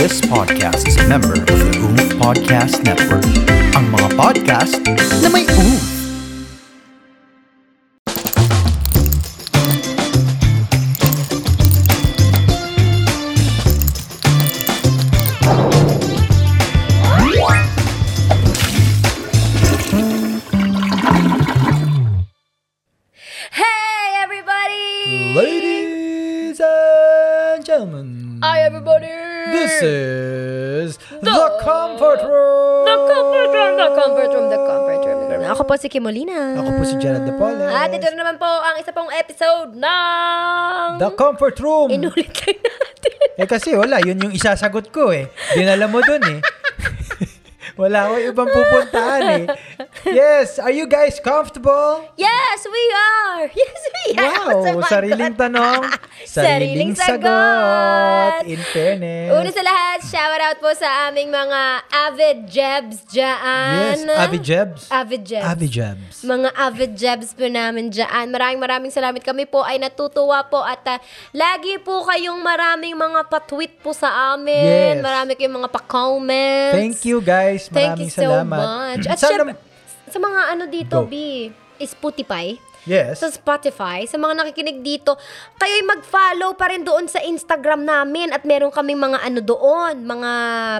This podcast is a member of the OOF Podcast Network. Ang mga podcast na may OOF. Hey, everybody! Ladies and gentlemen, Hi, everybody! this is The, Comfort Room. The comfort room, the comfort room, the comfort room. Ako po si Kim Molina. Ako po si Jared De Paul. eh. At ito na naman po ang isa pong episode ng... The Comfort Room. Inulit lang natin. eh kasi wala, yun yung isasagot ko eh. Dinala mo dun eh. wala akong ibang pupuntahan eh. Yes, are you guys comfortable? Yes, we are! Yes, we are! Wow, Oh my sariling God. tanong, Sariling sariling, sagot. sagot. In fairness. Una sa lahat, shout out po sa aming mga avid jebs dyan. Yes, Abby Jebs. Avid ano? jebs. Abby Jebs. mga avid jebs po namin dyan. Maraming maraming salamat. Kami po ay natutuwa po at ah, lagi po kayong maraming mga pa-tweet po sa amin. Yes. Marami kayong mga pa-comments. Thank you guys. Thank you Maraming so salamat. much. At Sana- syempre, sa mga ano dito, Go. B, is Spotify. yes. Sa Spotify, sa mga nakikinig dito, kayo'y mag-follow pa rin doon sa Instagram namin at meron kaming mga ano doon, mga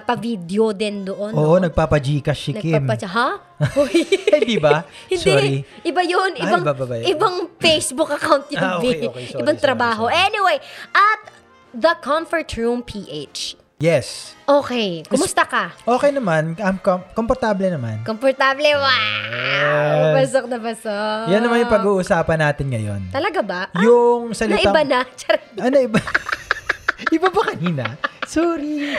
pa-video din doon. Oo, nagpapa-Gcash si Kim. Nagpapatsa, ha? Uy. Eh, di ba? Hindi. Sorry. Iba yun. Ah, Ibang, iba ba ba yun? ibang Facebook account yun. Ah, B. okay, okay. Sorry, ibang sorry, trabaho. sorry. Anyway, at The Comfort Room PH. Yes. Okay. Kumusta ka? Okay naman. I'm com- komportable naman. Komportable. Wow! Yes. Pasok na pasok. Yan naman yung pag-uusapan natin ngayon. Talaga ba? Ah, Yung salitang... naiba na. Charot. Ano iba? iba ba kanina? Sorry.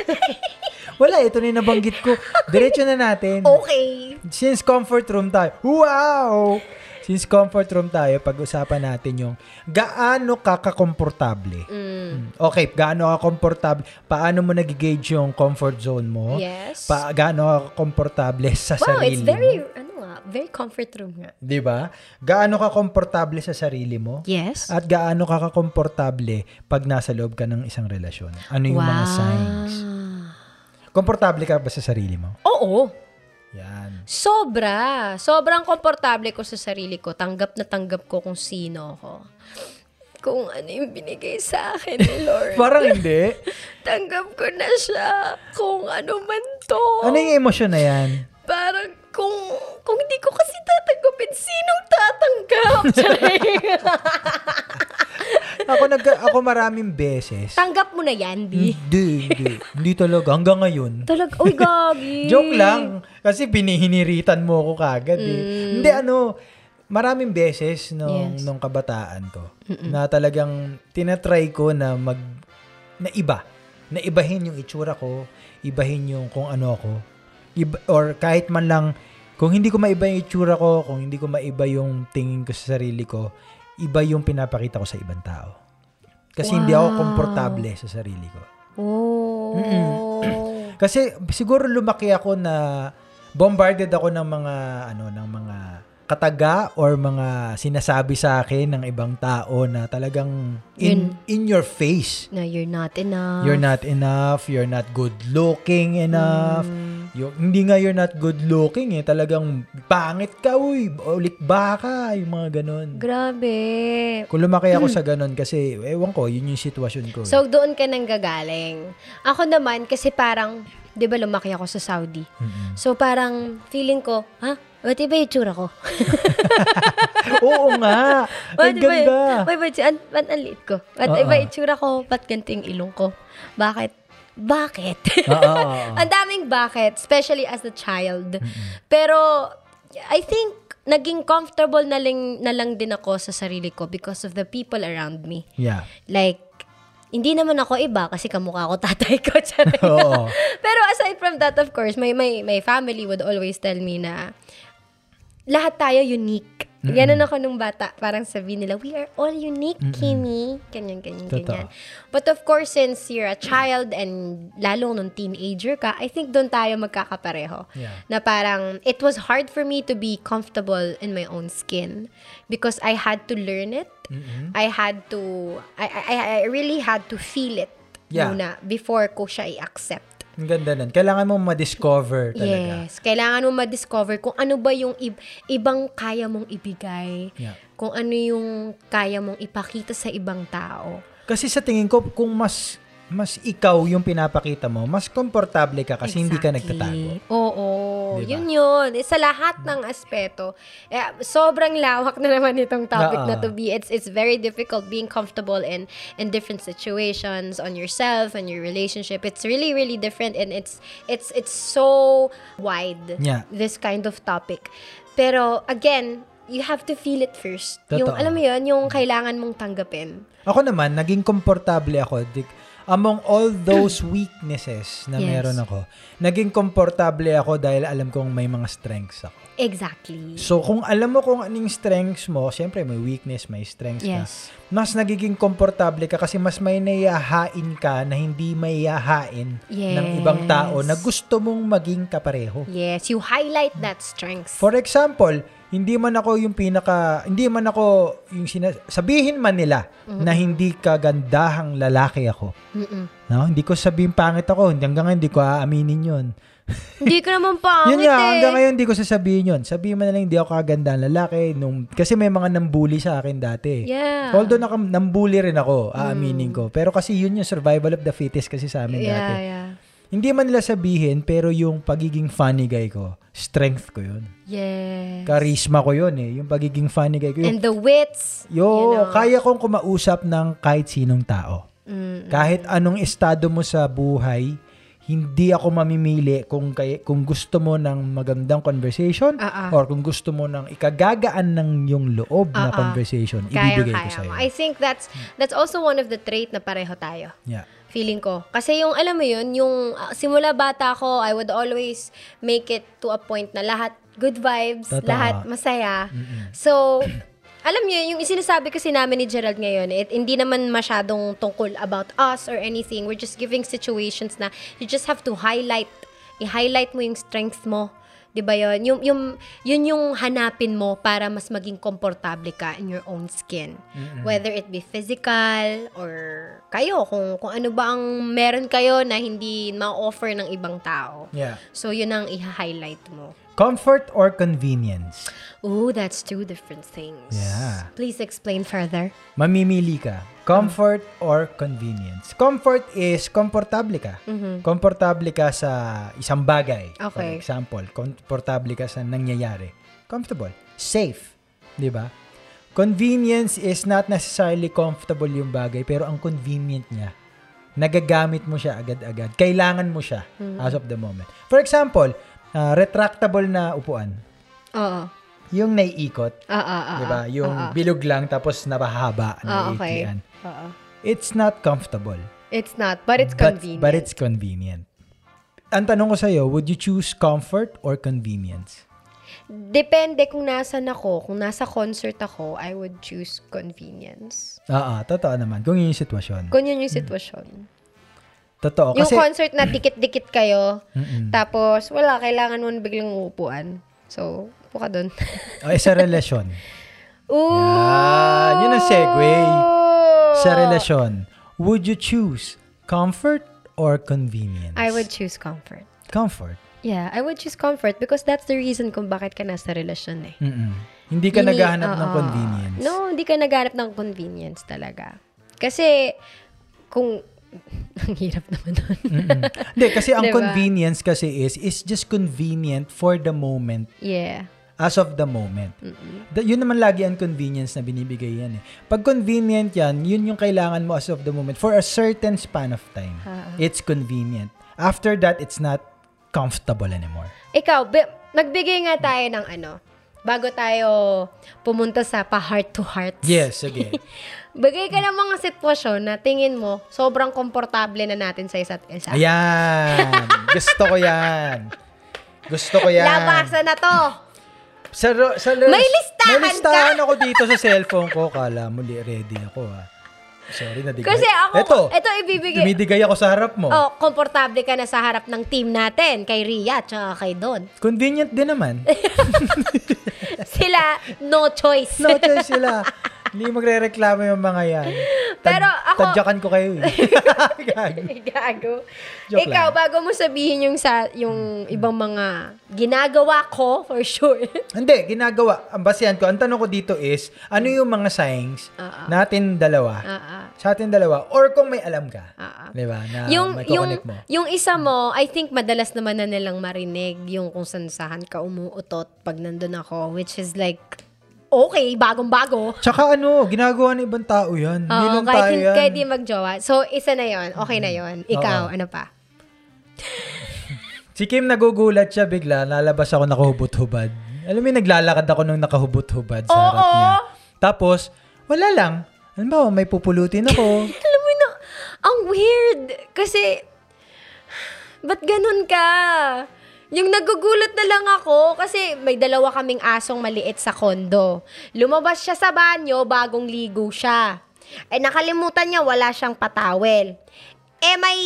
Wala, ito na yung nabanggit ko. Diretso na natin. Okay. Since comfort room tayo. Wow! Since comfort room tayo, pag-usapan natin yung gaano ka kakomportable. Mm. Okay, gaano ka komportable? Paano mo nagigauge yung comfort zone mo? Yes. Pa, gaano ka komportable sa Wow, it's sarili mo? very, ano nga, very comfort room nga. Di ba? Gaano ka komportable sa sarili mo? Yes. At gaano ka kakomportable pag nasa loob ka ng isang relasyon? Ano yung mga signs? Komportable ka ba sa sarili mo? Oo. Yan. Sobra. Sobrang komportable ko sa sarili ko. Tanggap na tanggap ko kung sino ako. Kung ano yung binigay sa akin ni Lord. Parang hindi. Tanggap ko na siya. Kung ano man to. Ano yung emosyon na yan? Parang kung, kung hindi ko kasi tatanggapin, sinong tatanggap? Charing. Ako, nag, ako maraming beses. tanggap mo na yan, Hmm. Bi. Hindi, hindi. Hindi talaga. Hanggang ngayon. Talag, uy, gagi. Joke lang. Kasi binihiniritan mo ako kagad eh. Hindi ano, maraming beses nung, Mm. Yes. nung kabataan ko na talagang tinatry ko na mag, na iba. Na ibahin yung itsura ko, ibahin yung kung ano ako. Iba, or kahit man lang, kung hindi ko maiba yung itsura ko, kung hindi ko maiba yung tingin ko sa sarili ko, iba yung pinapakita ko sa ibang tao. Kasi hindi ako Wow. komportable sa sarili ko. Oh. Kasi siguro lumaki ako na bombarded ako ng mga ano ng mga kataga or mga sinasabi sa akin ng ibang tao na talagang in in your face. No, you're not enough. You're not enough, you're not good looking enough. Hmm. You, hindi nga you're not good looking eh, talagang pangit ka uy, ulit baka, yung mga ganun. Grabe. Kung lumaki ako sa ganun kasi ewan ko, yun yung sitwasyon ko. eh. Hmm. So, doon ka nang gagaling. Ako naman, kasi parang, di ba lumaki ako sa Saudi? Mm-mm. So, parang feeling ko, ha? Ba't iba yung tsura ko? Oo nga. Ba't Ang iba yung- ganda. Ba't iba yung- an- ba't ang liit ko? Ba't Oo. iba yung tsura ko? Ba't ganito yung ilong ko? Bakit? Bakit? Oo, oo, oo. ang daming bakit, especially as a child. Pero, I think, naging comfortable na lang, na lang din ako sa sarili ko because of the people around me. Yeah. Like, hindi naman ako iba kasi kamukha ko tatay ko. Charot. Oo. Pero aside from that, of course, my, my, my family would always tell me na lahat tayo unique. Ganun ako nung bata. Parang sabi nila, we are all unique, Kimi. Ganyan, ganyan, ganyan. Totoo. But of course, since you're a child and lalo nung teenager ka, I think doon tayo magkakapareho. Yeah. Na parang, it was hard for me to be comfortable in my own skin because I had to learn it. Mm-hmm. I had to, I, I, I really had to feel it Yeah. muna before ko siya i-accept. Ang ganda nun. Kailangan mo ma-discover talaga. Yes. Kailangan mo ma-discover kung ano ba yung ib- ibang kaya mong ibigay. Yeah. Kung ano yung kaya mong ipakita sa ibang tao. Kasi sa tingin ko, kung mas mas ikaw yung pinapakita mo, mas komportable ka kasi hindi ka Exactly. nagtatago. Oo. Diba? Yun yun. Eh, Sa lahat ng aspeto. Eh, sobrang lawak na naman itong topic Oo. na to be. It's, it's very difficult being comfortable in, in different situations, on yourself, on your relationship. It's really, really different and it's, it's, it's so wide, Yeah. this kind of topic. Pero, again, you have to feel it first. Yung, Totoo. alam mo yun, yung kailangan mong tanggapin. Ako naman, naging komportable ako. Di- among all those weaknesses na Yes. meron ako, naging komportable ako dahil alam kong may mga strengths ako. Exactly. So, kung alam mo kung anong strengths mo, syempre may weakness, may strengths Yes. ka, mas nagiging komportable ka kasi mas may nayahain ka na hindi mayahain ng Yes. ibang tao na gusto mong maging kapareho. Yes, you highlight that strength. For example, hindi man ako yung pinaka, hindi man ako yung sina- sabihin man nila na hindi kagandahang lalaki ako. Mm-mm. No, hindi ko sabihin pangit ako. Hindi- Hanggang ngayon, hindi ko aaminin yun. Hindi ko naman pangit yun nga, eh. hanggang ngayon, hindi ko sasabihin yun. Sabihin mo na lang, hindi ako kagandang lalaki. Nung, kasi may mga nambuli sa akin dati. Yeah. Mm. Although naka, nambuli rin ako, aaminin ko. Pero kasi yun yung survival of the fittest kasi sa amin dati. Yeah, yeah. Hindi man nila sabihin, pero yung pagiging funny guy ko, strength ko yun. Yes. Charisma ko yun eh. Yung pagiging funny guy ko. Yun, And the wits. yo, you know. kaya kong kumausap ng kahit sinong tao. Mm. Kahit anong estado mo sa buhay, hindi ako mamimili kung kay, kung gusto mo ng magandang conversation Ah, ah. or kung gusto mo ng ikagagaan ng yung loob Ah, ah. na conversation, Kaya, ibibigay ko kaya sa mo. I think that's that's also one of the trait na pareho tayo. Yeah. Feeling ko. Kasi yung, alam mo yun, yung ah, simula bata ko, I would always make it to a point na lahat good vibes, Totoo. lahat masaya. So, alam niyo, yung sinasabi kasi namin ni Gerald ngayon, it, hindi naman masyadong tungkol about us or anything. We're just giving situations na you just have to highlight. I-highlight mo yung strength mo. 'Di ba yun? Yung, yung, yun yung hanapin mo para mas maging komportable ka in your own skin. Whether it be physical or kayo, kung, kung ano ba ang meron kayo na hindi ma-offer ng ibang tao. Yeah. So, yun ang i-highlight mo. Comfort or convenience? Oh, that's two different things. Yeah. Please explain further. Mamimili ka. Comfort or convenience? Comfort is komportable ka. Komportable ka sa isang bagay. For Okay. example, komportable ka sa nangyayari. Comfortable. Safe. Di ba? Convenience is not necessarily comfortable yung bagay, pero ang convenient niya, nagagamit mo siya agad-agad. Kailangan mo siya as of the moment. For example, ah, retractable na upuan. Oo. Yung naiikot, Ah, ah, ah. Diba? Yung bilog lang tapos napahaba Ah, na okay. iiklian. Oo. It's not comfortable. It's not, but it's but, convenient. but it's convenient. Ang tanong ko sa'yo, would you choose comfort or convenience? Depende kung nasan ako. Kung nasa concert ako, I would choose convenience. Oo, Ah, totoo naman. Kung yun yung sitwasyon. Kung yun yung sitwasyon. Totoo. yung Mm. Oh, Kasi, concert na dikit-dikit kayo, Mm-mm. tapos wala, kailangan mo na biglang upuan. So, upo ka dun. oh, eh, sa relasyon. Ooh! Yan, yun ang segue. sa relasyon, would you choose comfort or convenience? I would choose comfort. Comfort. Yeah, I would choose comfort because that's the reason kung bakit ka nasa relasyon eh. Mm-mm. Hindi ka Hindi- naghahanap ng oo. convenience. No, hindi ka naghahanap ng convenience talaga. Kasi, kung, ang hirap naman nun. Hindi, kasi Diba? ang convenience kasi is, is just convenient for the moment yeah. As of the moment. Da- yun naman lagi ang convenience na binibigay yan eh. Pag convenient yan, yun yung kailangan mo as of the moment for a certain span of time. Ah. It's convenient. After that, it's not comfortable anymore. Ikaw, be, nagbigay nga tayo ng ano, bago tayo pumunta sa pa-heart to heart. Yes, sige. Bagay ka ng mga sitwasyon na tingin mo, sobrang komportable na natin sa isa't isa. Ayan! Gusto ko yan! Gusto ko yan! Labasan na to! Sa, ro- sa ro- May listahan May listahan ako dito sa cellphone ko. Kala mo, li- ready ako ah. Sorry, nadigay. Kasi ako, Eto, ito, ibibigay. dumidigay ako sa harap mo. Oh, komportable ka na sa harap ng team natin, kay Ria, tsaka kay Don. Convenient din naman. Sila, no choice. No choice sila. Hindi magre-reklamo yung mga yan. Pero ako- Tadyakan ko kayo eh. Gag. Gago. Joke Ikaw, lang. bago mo sabihin yung sa yung ibang mga ginagawa ko, for sure. Hindi, ginagawa. Ang basehan ko, ang tanong ko dito is, ano yung mga signs Ah, natin dalawa? Ah, ah, Sa atin dalawa? Or kung may alam ka? ah, ah. Di ba? Na yung, may yung, kukonek mo. yung isa mo, I think madalas naman na nilang marinig yung kung saan saan ka umuutot pag nandun ako, which is like, okay, bagong-bago. Tsaka ano, ginagawa ng ibang tao yan. Hindi Oo, lang kahit, tayo hin- yan. kahit di magjowa. So, isa na yon Okay na yon Ikaw, Oo. ano pa? Si Kim nagugulat siya bigla, lalabas ako nakahubot-hubad. Alam mo yung naglalakad ako nung nakahubot-hubad sa Oo. harap niya. Tapos, wala lang. Ano ba, may pupulutin ako. Alam mo na, ang weird. Kasi, ba't ganun ka? Yung nagugulat na lang ako kasi may dalawa kaming asong maliit sa kondo. Lumabas siya sa banyo bagong ligo siya. Eh nakalimutan niya wala siyang patawel. Eh may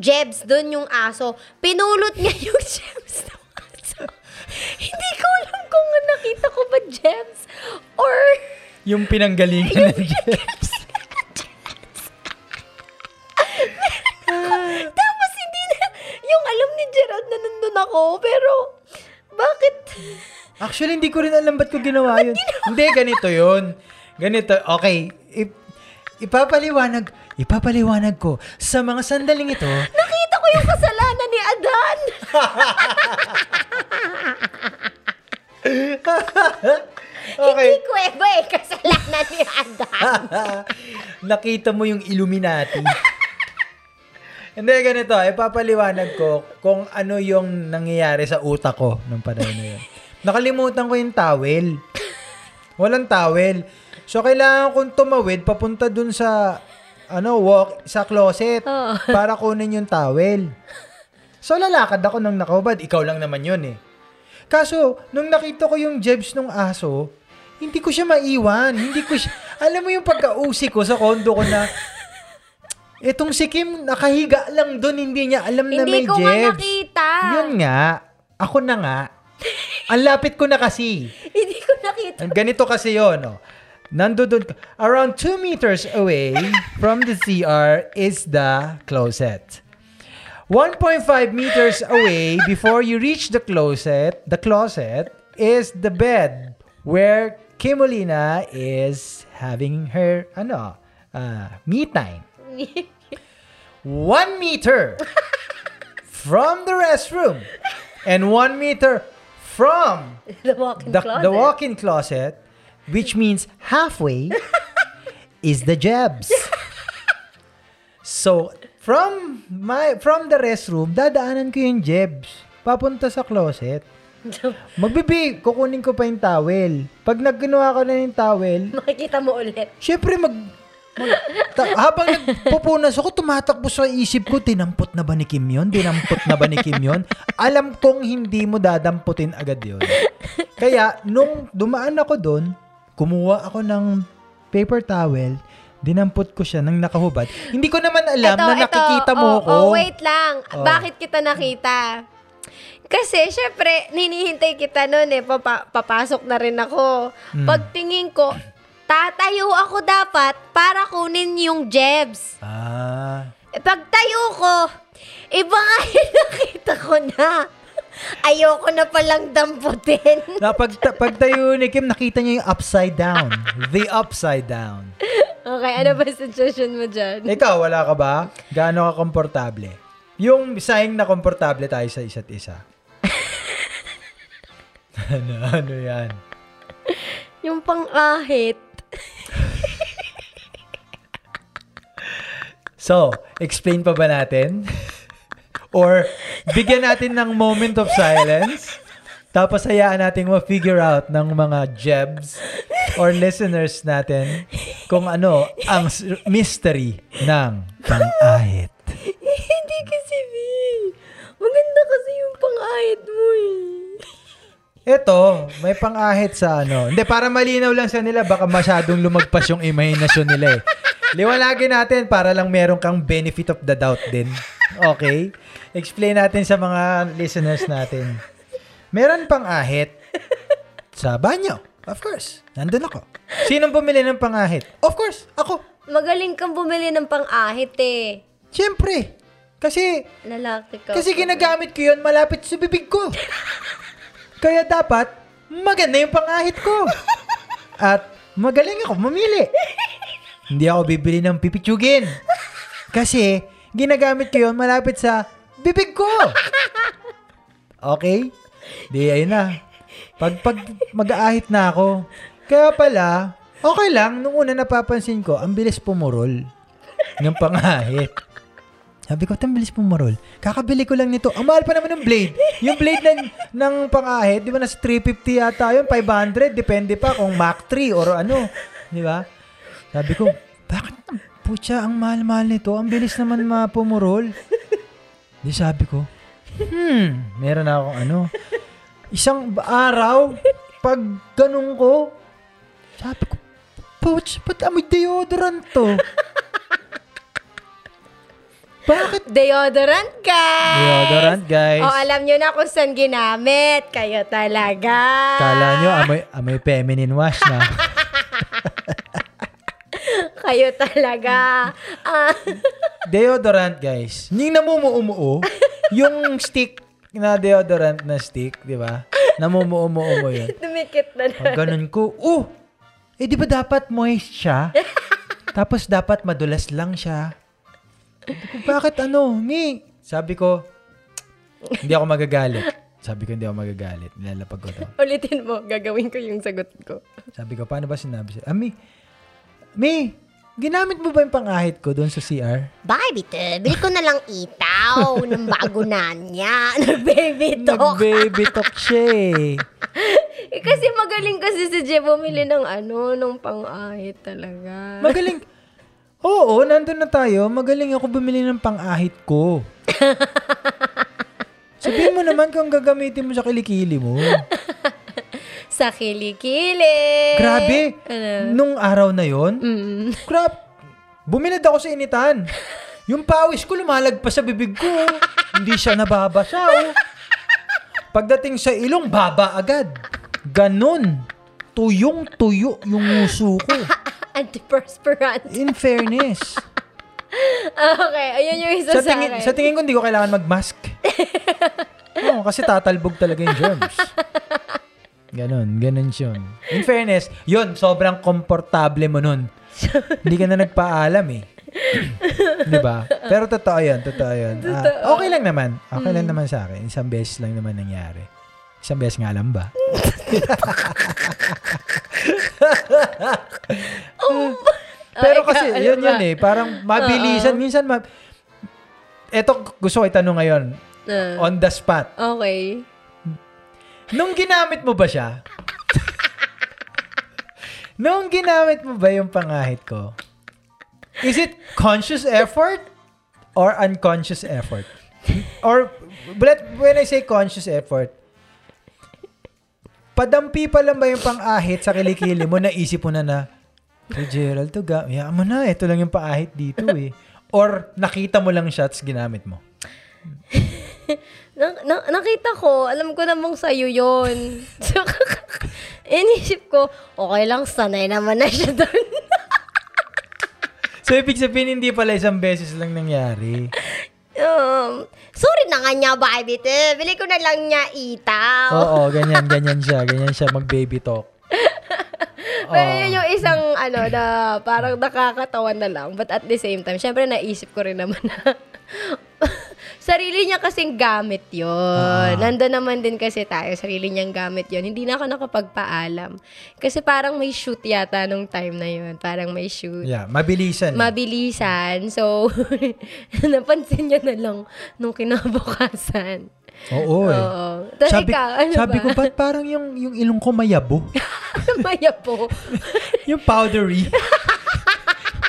jebs doon yung aso. Pinulot niya yung jebs ng aso. Hindi ko alam kung nakita ko ba jebs or yung pinanggalingan ng Tapos hindi na, yung alam ni Gerald na nandun ako, pero bakit? Actually, hindi ko rin alam ba't ko ginawa yun. hindi, ganito yun. Ganito, okay. Ip- ipapaliwanag, ipapaliwanag ko sa mga sandaling ito. Nakita ko yung kasalanan ni Adan. Okay. Ah, Hindi ko eba eh, kasalanan ni Adan. Nakita mo yung Illuminati. Hindi, ganito. Ipapaliwanag ko kung ano yung nangyayari sa utak ko nung panahon na yun. Nakalimutan ko yung towel. Walang towel. So, kailangan kong tumawid papunta dun sa ano, walk, sa closet Oo. para kunin yung towel. So, lalakad ako nang nakahubad. Ikaw lang naman yun eh. Kaso, nung nakita ko yung jebs nung aso, hindi ko siya maiwan. Hindi ko siya... Alam mo yung pagka-usi ko sa kondo ko na, etong si Kim, nakahiga lang dun, hindi niya alam Hindi na ano may ko nga jebs. nakita. Yun nga. Ako na nga. Ang lapit ko na kasi. Hindi ko nakita. Ganito kasi yun, oh. no? Nandoon, around 2 meters away from the CR is the closet. 1.5 meters away before you reach the closet, the closet is the bed where Kimolina is having her, ano, uh, me time. One meter from the restroom and one meter from the walk-in the, closet. the walk-in closet, which means halfway, is the jebs. so, from my from the restroom, dadaanan ko yung jebs. Papunta sa closet. Magbibi, kukunin ko pa yung towel. Pag nagginawa ko na yung towel, Makikita mo ulit. syempre mag... mag- ta- habang nagpupunas ako, tumatakbo sa isip ko, tinampot na ba ni Kim yun? Dinampot na ba ni Kim yun? Alam kong hindi mo dadamputin agad yun. Kaya, nung dumaan ako doon, kumuha ako ng paper towel, dinampot ko siya ng nakahubad. Hindi ko naman alam Eto, na eto, nakikita mo oh, ako. Oh, wait lang. Oh. Bakit kita nakita? Kasi, syempre, ninihintay kita noon eh. Papa- papasok na rin ako. Hmm. Pagtingin ko, tatayo ako dapat para kunin yung jebs. Ah. Eh, Pagtayo ko, iba nga yung nakita ko na. Ayoko na palang damputin. Na pag, pagtayo ni Kim, nakita niya yung upside down. The upside down. okay, ano ba suggestion mo dyan? Ikaw, wala ka ba? Gaano ka komportable? Yung sign na komportable tayo sa isa't isa. ano, ano yan? Yung pang-ahit. So, explain pa ba natin? Or, bigyan natin ng moment of silence? Tapos hayaan nating ma-figure out ng mga jebs or listeners natin kung ano ang s- mystery ng pang-ahit. Eh, Hindi kasi, V. Maganda kasi yung pang-ahit mo eh. Eto, may pang-ahit sa ano. Hindi, para malinaw lang sa nila, baka masyadong lumagpas yung imahinasyon nila eh. Liwanagin natin para lang meron kang benefit of the doubt din. Okay? Explain natin sa mga listeners natin. Meron pang ahit sa banyo. Of course. Nandun ako. Sinong bumili ng pangahit? Of course, ako. Magaling kang bumili ng pang-ahit eh. Siyempre. Kasi, Lalaki ka. kasi ginagamit ko yun malapit sa bibig ko. Kaya dapat, maganda yung pangahit ko. At magaling ako mamili. Hindi ako bibili ng pipitsugin. Kasi, ginagamit ko yun malapit sa bibig ko. Okay? Di, ayun na. Pag, pag mag-aahit na ako. Kaya pala, okay lang. Nung una napapansin ko, ang bilis pumurol ng pangahit. Sabi ko, "Tan, bilis pumurol. Kakabili ko lang nito. Ang mahal pa naman ng blade. Yung blade ng, ng pangahit, di ba nasa 350 yata yun, 500, depende pa kung Mach 3 or ano. Di ba? Sabi ko, bakit putya, ang mahal-mahal nito. Ang bilis naman mapumurol. Di sabi ko, hmm, meron akong ano. Isang ba- araw, pag ganun ko, sabi ko, Pouch, ba't amoy deodorant to? Bakit? Deodorant ka! Deodorant, guys. O, alam nyo na kung saan ginamit. Kayo talaga. Kala nyo, amoy, amoy feminine wash na. Kayo talaga. Ah, deodorant, guys. Yung namumuumuo, yung stick na deodorant na stick, di ba? Namumuumuo yun. dumikit na na. Pag ganun ko, oh! Eh, di ba dapat moist siya? Tapos dapat madulas lang siya. Sabi ko, bakit ano? Mi? Sabi ko, hindi ako magagalit. Sabi ko, hindi ako magagalit. Nilalapag ko to. Ulitin mo, gagawin ko yung sagot ko. Sabi ko, paano ba sinabi siya? Ah, Mi, Mi, ginamit mo ba yung pangahit ko doon sa CR? Baby to, bili ko na lang itaw ng bago na niya. Ano, Baby to. Nag-baby talk siya eh. Eh, kasi magaling kasi si Jay bumili ng ano, ng pang-ahit talaga. Magaling. Oo, nandun na tayo. Magaling ako bumili ng pang-ahit ko. Sabihin mo naman kung gagamitin mo sa kilikili mo. Sa kilikili. Grabe. Ano? Nung araw na yon, Mm. crap, bumilad ako sa initan. Yung pawis ko lumalagpas sa bibig ko. Hindi siya nababasa. oh. Pagdating sa ilong, baba agad. Ganon. Tuyong-tuyo yung nguso ko. Antiperspirant. In fairness. Okay, ayun yung isa sa, sa, tingin, akin. sa tingin ko, hindi ko kailangan mag-mask. Oo, kasi tatalbog talaga yung germs. Ganon, ganon yun. In fairness, yun, sobrang komportable mo nun. hindi ka na nagpaalam eh. Di ba? Pero totoo yun, totoo yun. Ah, okay lang naman. Okay Mm. lang naman sa akin. Isang beses lang naman nangyari. Isang beses nga lang ba? Pero ikaw, kasi, ano yun ba? yun eh. Parang mabilisan. Minsan, ma- eto gusto ko itanong ngayon. Ah, On the spot. okay. Nung ginamit mo ba siya? Nung ginamit mo ba yung pangahit ko? Is it conscious effort or unconscious effort? Or but when I say conscious effort, padampi pa lang ba yung pangahit sa kilikili mo naisip mo na na Hey Gerald, to ga, yeah, mo na, ito lang yung paahit dito eh. Or nakita mo lang shots ginamit mo. Na- na- nakita ko, alam ko namang sa'yo yun. So, inisip ko, okay lang, sanay naman na siya doon. So, ibig sabihin, hindi pala isang beses lang nangyari. um, sorry na nga niya, baby. te. Bili ko na lang niya itaw. Oo, ganyan, ganyan siya. Ganyan siya mag-baby talk. Pero yun yung isang, ano, na parang nakakatawan na lang. But at the same time, syempre naisip ko rin naman na sarili niya kasing gamit yun. Ah. Nandun naman din kasi tayo, sarili niyang gamit yun. Hindi na ako nakapagpaalam. Kasi parang may shoot yata nung time na yun. Parang may shoot. Yeah, mabilisan. eh. mabilisan. So, napansin niya na lang nung kinabukasan. Oo eh. Oo. Tapos sabi, ikaw, ano sabi ba? ko, ba't parang yung, yung ilong ko mayabo? Maya po. yung powdery.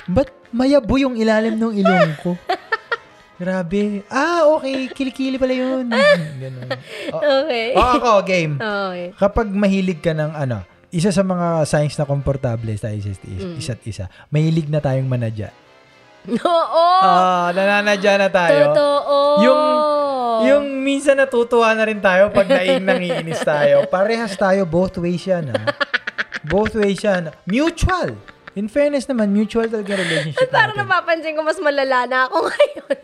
ba't mayabo yung ilalim ng ilong ko? Grabe. Ah, okay. Kilikili pala yun. Ganun. Oh, Okay. oh, ako, game. Okay. Kapag mahilig ka ng ano, isa sa mga signs na komportable tayo sa is- Mm. isa't isa, mahilig na tayong manadya. Oo. Ah, nananadya na tayo. Oh. Totoo. Yung- Oh. Yung minsan natutuwa na rin tayo pag naing nangiinis tayo. Parehas tayo both ways yan, ha? Both ways siya. na- Mutual. In fairness naman, mutual talaga yung relationship Parang natin. napapansin ko mas malala na ako ngayon.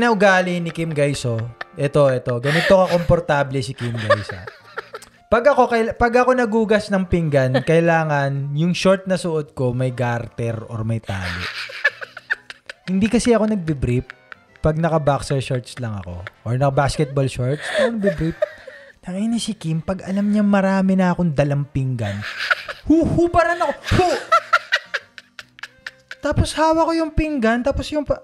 Inaugali ni Kim Gaiso. Ito, ito. Ganito ka komportable si Kim Gaiso. Pag ako, kail- pag ako nagugas ng pinggan, kailangan yung short na suot ko may garter or may tali. Hindi kasi ako nagbe-brief pag naka-boxer shorts lang ako or naka-basketball shorts, hindi ako nagbe-brief. Tangina si Kim, pag alam niya marami na akong dalang pinggan, huhubaran ako. Hu! tapos hawa ko yung pinggan, tapos yung... Pa-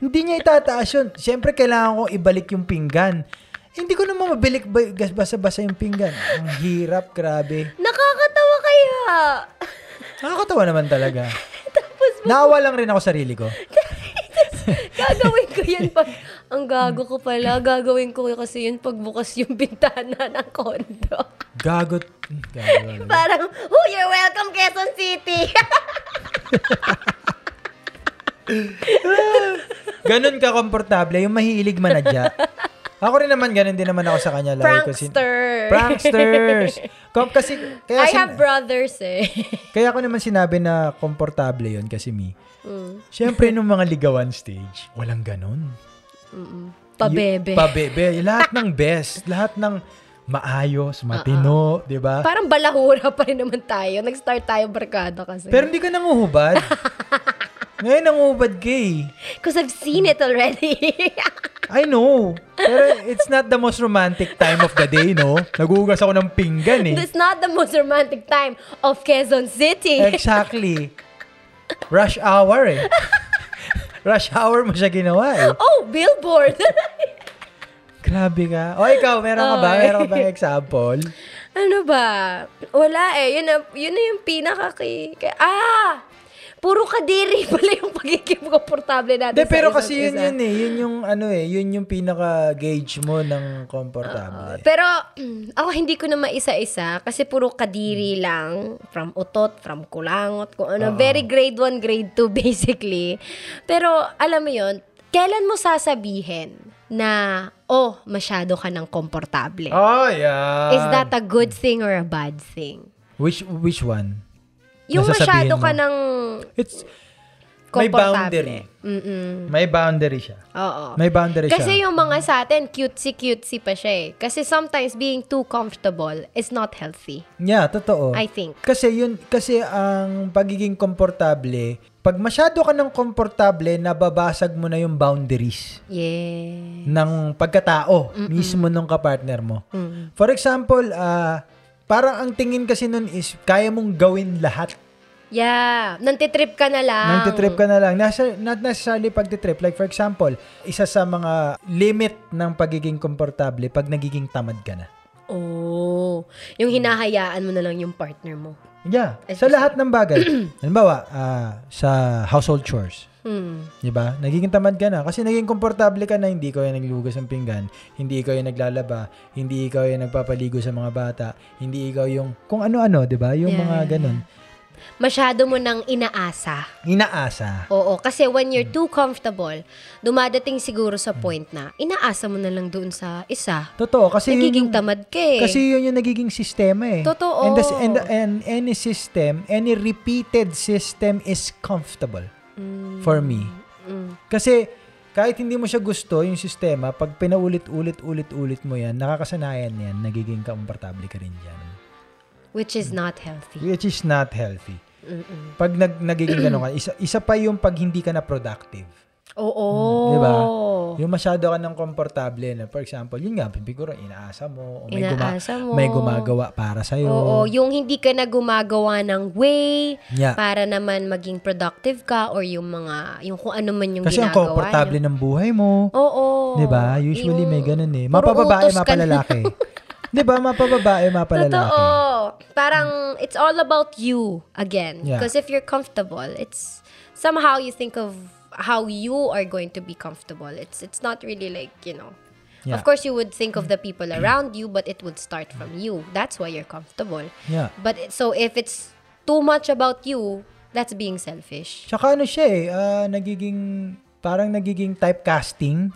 hindi niya itataas yun. Siyempre, kailangan kong ibalik yung pinggan. Eh, hindi ko naman mabilik ba- gas- basa-basa yung pinggan. Ang hirap, grabe. Nakakatawa kaya. Nakakatawa naman talaga. Tapos Naawa lang rin ako sarili ko. gagawin ko yan pag... Ang gago ko pala, gagawin ko kasi yun pag bukas yung bintana ng kondo. Gagot. Gago. ano. Parang, oh, you're welcome, Quezon City! Ganun ka komportable, yung mahilig manadya. Ako rin naman, ganun din naman ako sa kanya. like, kasi- Prankster! Pranksters! Kom, kasi, kaya, I sin- have brothers eh. kaya ako naman sinabi na komportable yon kasi mi. Mm. Siyempre, nung mga ligawan stage, walang ganun. Pabebe. Y- pabebe. Lahat ng best. lahat ng maayos, Ah, matino, di ba? Parang balahura pa rin naman tayo. Nag-start tayo barkada kasi. Pero hindi ka nanguhubad. Ngayon, nanguhubad ka eh. Because I've seen it already. I know. Pero it's not the most romantic time of the day, no? Nagugas ako ng pinggan eh. That's not the most romantic time of Quezon City. Exactly. Rush hour eh. Rush hour mo siya ginawa eh. Oh, billboard! Grabe ka. O ikaw, meron ka ba? Okay. Meron ka bang example? ano ba? Wala eh. Yun na, yun na yung pinaka kay, kay- Ah! Puro kadiri pala yung pagiging komportable natin De, sa pero isa't kasi yun isa. yun eh. Yun yung ano eh. Yun yung pinaka-gauge mo ng komportable. Pero ako hindi ko na maisa-isa kasi puro Mm. kadiri lang from utot, from kulangot, kung Ah. ano. Very grade 1, grade 2 basically. Pero alam mo yon kailan mo sasabihin na, oh, masyado ka ng komportable? Oh, yeah. Is that a good mm. thing or a bad thing? Which, which one? Yung Nasasabihin masyado ka mo. ng It's, may boundary. komportable. Mm-mm. May boundary siya. Oo. May boundary siya. Kasi yung mga sa atin, cutesy-cutesy pa siya eh. Kasi sometimes being too comfortable is not healthy. Yeah, totoo. I think. Kasi yun, kasi ang pagiging komportable, pag masyado ka ng komportable, nababasag mo na yung boundaries Yeah. ng pagkatao mismo ng kapartner mo. For example, ah, parang ang tingin kasi nun is kaya mong gawin lahat. Yeah. Nantitrip ka na lang. Nagtitrip ka na lang. Nasa, not necessarily pagtitrip. Like for example, isa sa mga limit ng pagiging komportable pag nagiging tamad ka na. Oh. Yung hinahayaan mo na lang yung partner mo. Yeah, sa lahat ng bagay. Halimbawa, ah, sa household chores. Hmm. Di ba? Diba? Nagiging tamad ka na. Kasi naging komportable ka na hindi ko yung naglugas ng pinggan, hindi ikaw yung naglalaba, hindi ikaw yung nagpapaligo sa mga bata, hindi ikaw yung kung ano-ano, di ba? Yung Yeah, mga yeah, ganun. Masyado mo nang inaasa. Inaasa. Oo. Kasi when you're too comfortable, dumadating siguro sa point na inaasa mo na lang doon sa isa. Totoo, kasi Nagiging yun yung, tamad ka eh. kasi yun yung nagiging sistema eh. Totoo. And, this, and, and any system, any repeated system is comfortable for me. Mm. Kasi kahit hindi mo siya gusto yung sistema, pag pinaulit-ulit-ulit-ulit mo yan, nakakasanayan yan, nagiging komportable ka rin dyan. Which is not healthy. Which is not healthy. Mm-mm. Pag nag, nagiging ganun ka, isa, isa pa yung pag hindi ka na productive. Oo. Diba? Oh. Yung masyado ka ng komportable na, for example, yun nga, siguro inaasa mo, o may, guma- Inaasa mo. may gumagawa para sa'yo. Oo, yung hindi ka na gumagawa ng way Yeah. para naman maging productive ka or yung mga, yung kung ano man yung Kasi ang ginagawa komportable niyo. ng buhay mo. Oo. 'Di ba? Usually may ganun eh. puro Mapababae, utos ka mapalalaki. 'Di ba? eh, Mapababae, mapalalaki. Totoo. Parang it's all about you again. Yeah. Because if you're comfortable, it's somehow you think of how you are going to be comfortable. It's it's not really like, you know. Yeah. Of course you would think of the people around you, but it would start from you. That's why you're comfortable. Yeah. But it- so if it's too much about you, that's being selfish. Tsaka ano siya eh, ah, nagiging, parang nagiging typecasting.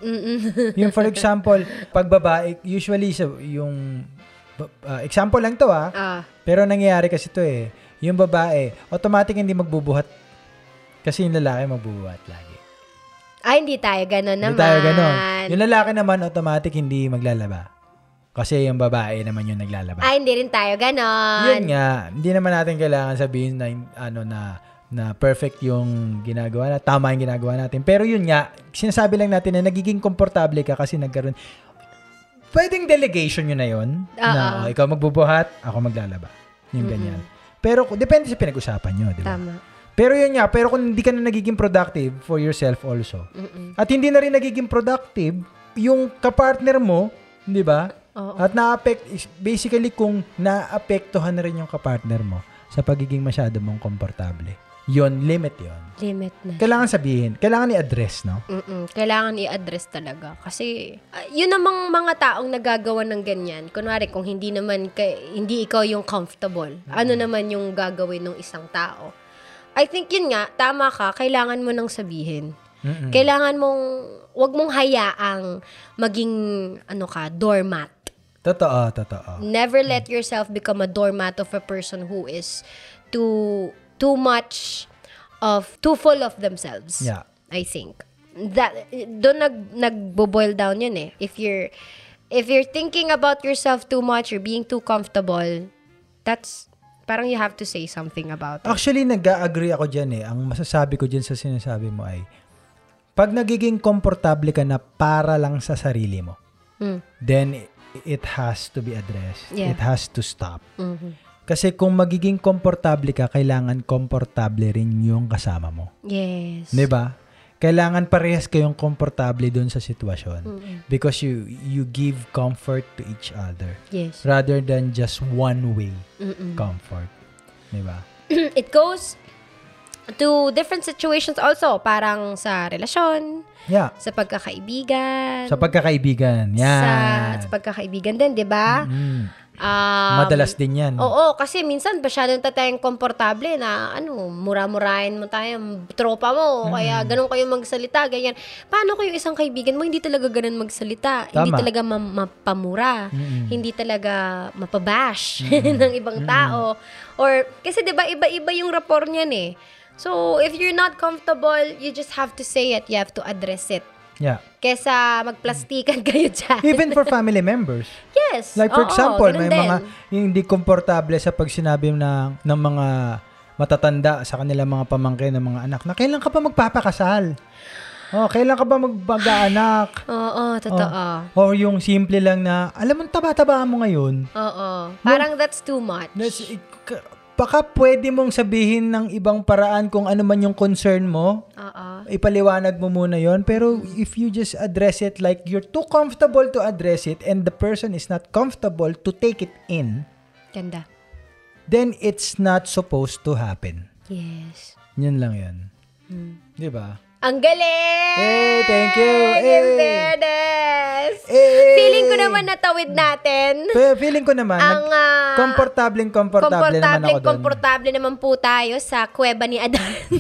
yung for example, pag babae, usually sa, yung b- ah, example lang to ah. Ah, Pero nangyayari kasi to eh. Yung babae, automatic hindi magbubuhat. Kasi yung lalaki magbubuhat lagi. ay, hindi tayo ganun naman. Hindi tayo ganun. Yung lalaki naman, automatic hindi maglalaba. Kasi yung babae naman yung naglalaba. Ay, hindi rin tayo Yun ganun. nga, hindi naman natin kailangan sabihin na ano na na perfect yung ginagawa na tama yung ginagawa natin. Pero yun nga, sinasabi lang natin na nagiging komportable ka kasi nagkaroon pwedeng delegation yun na yun. Na Oo. oh, ikaw magbubuhat, ako maglalaba. Yung ganyan. Pero kung- depende sa pinag-usapan nyo, di ba? Tama. Pero yun nga, pero kung hindi ka na nagiging productive for yourself also. Mm-mm. At hindi na rin nagiging productive yung kapartner mo, di ba? Oo. At na-affect, basically kung naapektuhan na rin yung kapartner mo sa pagiging masyado mong komportable. Yun, limit yon. Limit na. Kailangan sabihin, kailangan i-address, no? Mm-mm. Kailangan i-address talaga. Kasi, ah, yun namang mga taong nagagawa ng ganyan. Kunwari, kung hindi naman, kay, hindi ikaw yung comfortable, ano naman yung gagawin ng isang tao. I think yun nga, tama ka, kailangan mo nang sabihin. Mm-mm. Kailangan mong, wag mong hayaang maging, ano ka, doormat. Totoo, totoo. Never let yourself become a doormat of a person who is too, too much of, too full of themselves. Yeah. I think. That doon nag nagbo-boil down 'yun eh. If you're if you're thinking about yourself too much, you're being too comfortable, that's parang you have to say something about it. Actually, nag-agree ako dyan eh. Ang masasabi ko dyan sa sinasabi mo ay, pag nagiging komportable ka na para lang sa sarili mo, Mm. then it has to be addressed. Yeah. It has to stop. Mhm. Kasi kung magiging komportable ka, kailangan komportable rin yung kasama mo. Yes. 'Di ba? Kailangan parehas kayong komportable doon sa sitwasyon Mm-hmm. because you you give comfort to each other Yes. rather than just one way Mm-mm. comfort. 'Di ba? It goes to different situations also, parang sa relasyon, Yeah. sa pagkakaibigan, Sa pagkakaibigan. Yan. sa, sa pagkakaibigan din, 'di ba? Mm. Um, Madalas din 'yan. Oo, kasi minsan masyadong ta tayong komportable na ano, mura-murahin mo tayo, m- tropa mo, kaya Mm-hmm. ganun kayo magsalita, ganyan. Paano ko yung isang kaibigan mo, hindi talaga ganun magsalita, hindi Tama. Mm-hmm. talaga ma- mapamura, Mm-mm. hindi talaga mapabash Mm-hmm. ng ibang tao. Or, kasi 'di ba iba-iba yung rapport niyan eh. So, if you're not comfortable, you just have to say it, you have to address it. Yeah. Kesa magplastikan kayo dyan. Even for family members. Yes. Like oo, for example, ganun may din. mga yung hindi komportable sa pag sinabi ng ng mga matatanda sa kanila mga pamangkin ng mga anak na kailan ka pa magpapakasal? Oh, kailan ka ba magpag-anak? Oo, totoo. Or yung simple lang na alam mo taba-taba mo ngayon. Oo. Parang that's too much. Nas, ik- baka pwede mong sabihin ng ibang paraan kung ano man yung concern mo. Oo. Ipaliwanag mo muna yon Pero if you just address it like you're too comfortable to address it and the person is not comfortable to take it in, Ganda. then it's not supposed to happen. Yes. Yun lang yun. Hmm. Di ba? Ang galing! Hey, thank you! In Hey! fairness! Eh, Feeling ko naman natawid natin. Pero feeling ko naman, Ang, ah, komportable, komportable naman ako Komportable, doon. komportable naman po tayo sa kuweba ni Adan.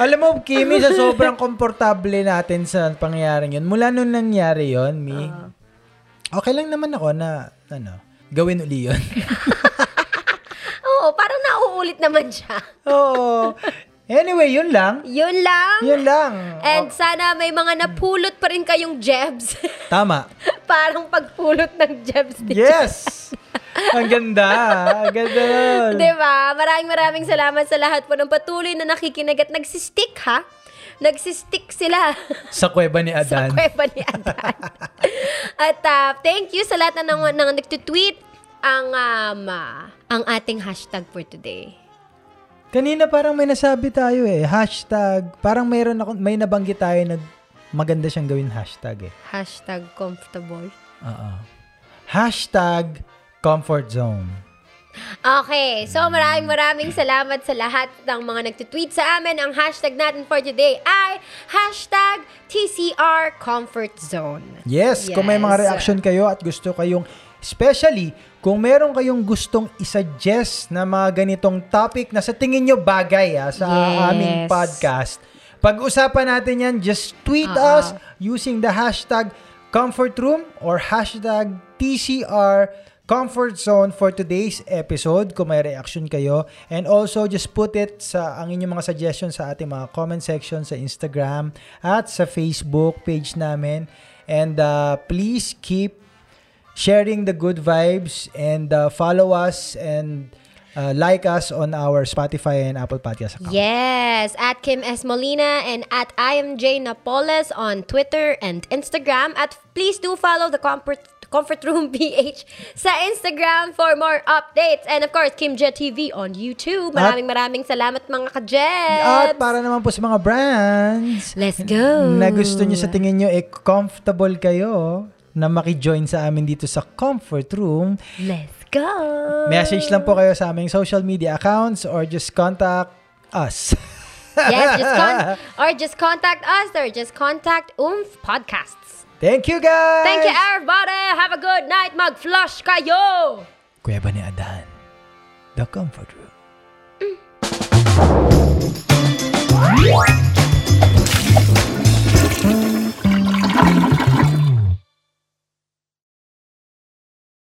Alam mo, Kimi, sa sobrang komportable natin sa pangyayaring yun, mula nung nangyari yun, Mi, Ah. okay lang naman ako na, ano, gawin uli yun. Oo, parang nauulit naman siya. Oo. Anyway, yun lang. Yun lang. Yun lang. And sana may mga napulot pa rin kayong jebs. Tama. parang pagpulot ng jebs ni Yes! Ang ganda. Ang ganda nun. Di ba? Diba? Maraming maraming salamat sa lahat po ng patuloy na nakikinig at nagsistick ha. Nagsistick sila Sa kuweba ni sa Adan. kweba ni Adan. at ah, thank you sa lahat na nang, nang nagtutweet ang um, ah, ang ating hashtag for today. Kanina parang may nasabi tayo eh. Hashtag. Parang mayroon ako, may nabanggit tayo na maganda siyang gawin hashtag eh. Hashtag comfortable. Oo. Hashtag comfort zone. Okay, so maraming maraming salamat sa lahat ng mga nagtutweet sa amin. Ang hashtag natin for today ay hashtag TCR Comfort Zone. Yes, kung may mga Yes. reaction kayo at gusto kayong especially kung meron kayong gustong isuggest na mga ganitong topic na sa tingin nyo bagay ah, sa Yes. aming podcast. Pag-usapan natin yan, just tweet Oo. us using the hashtag comfort room or hashtag TCR comfort zone for today's episode kung may reaction kayo. And also, just put it sa ang inyong mga suggestions sa ating mga comment section sa Instagram at sa Facebook page namin. And uh, please keep sharing the good vibes and uh, follow us and uh, like us on our Spotify and Apple Podcast account. Yes, at Kim S. Molina and at I am J Napoles on Twitter and Instagram. At please do follow the Comfort Comfort Room PH sa Instagram for more updates. And of course, Kim Jet TV on YouTube. At- Maraming maraming salamat mga ka-Jets. At para naman po sa mga brands Let's go. na gusto nyo sa Mm. tingin nyo eh comfortable kayo na makijoin sa amin dito sa Comfort Room, Let's go. message lang po kayo sa aming social media accounts or just contact us. yes, just con- or just contact us or just contact Oomph Podcasts. Thank you guys! Thank you, everybody. Have a good night. Mag-flush kayo. Kuya ni Adan? The Comfort Room.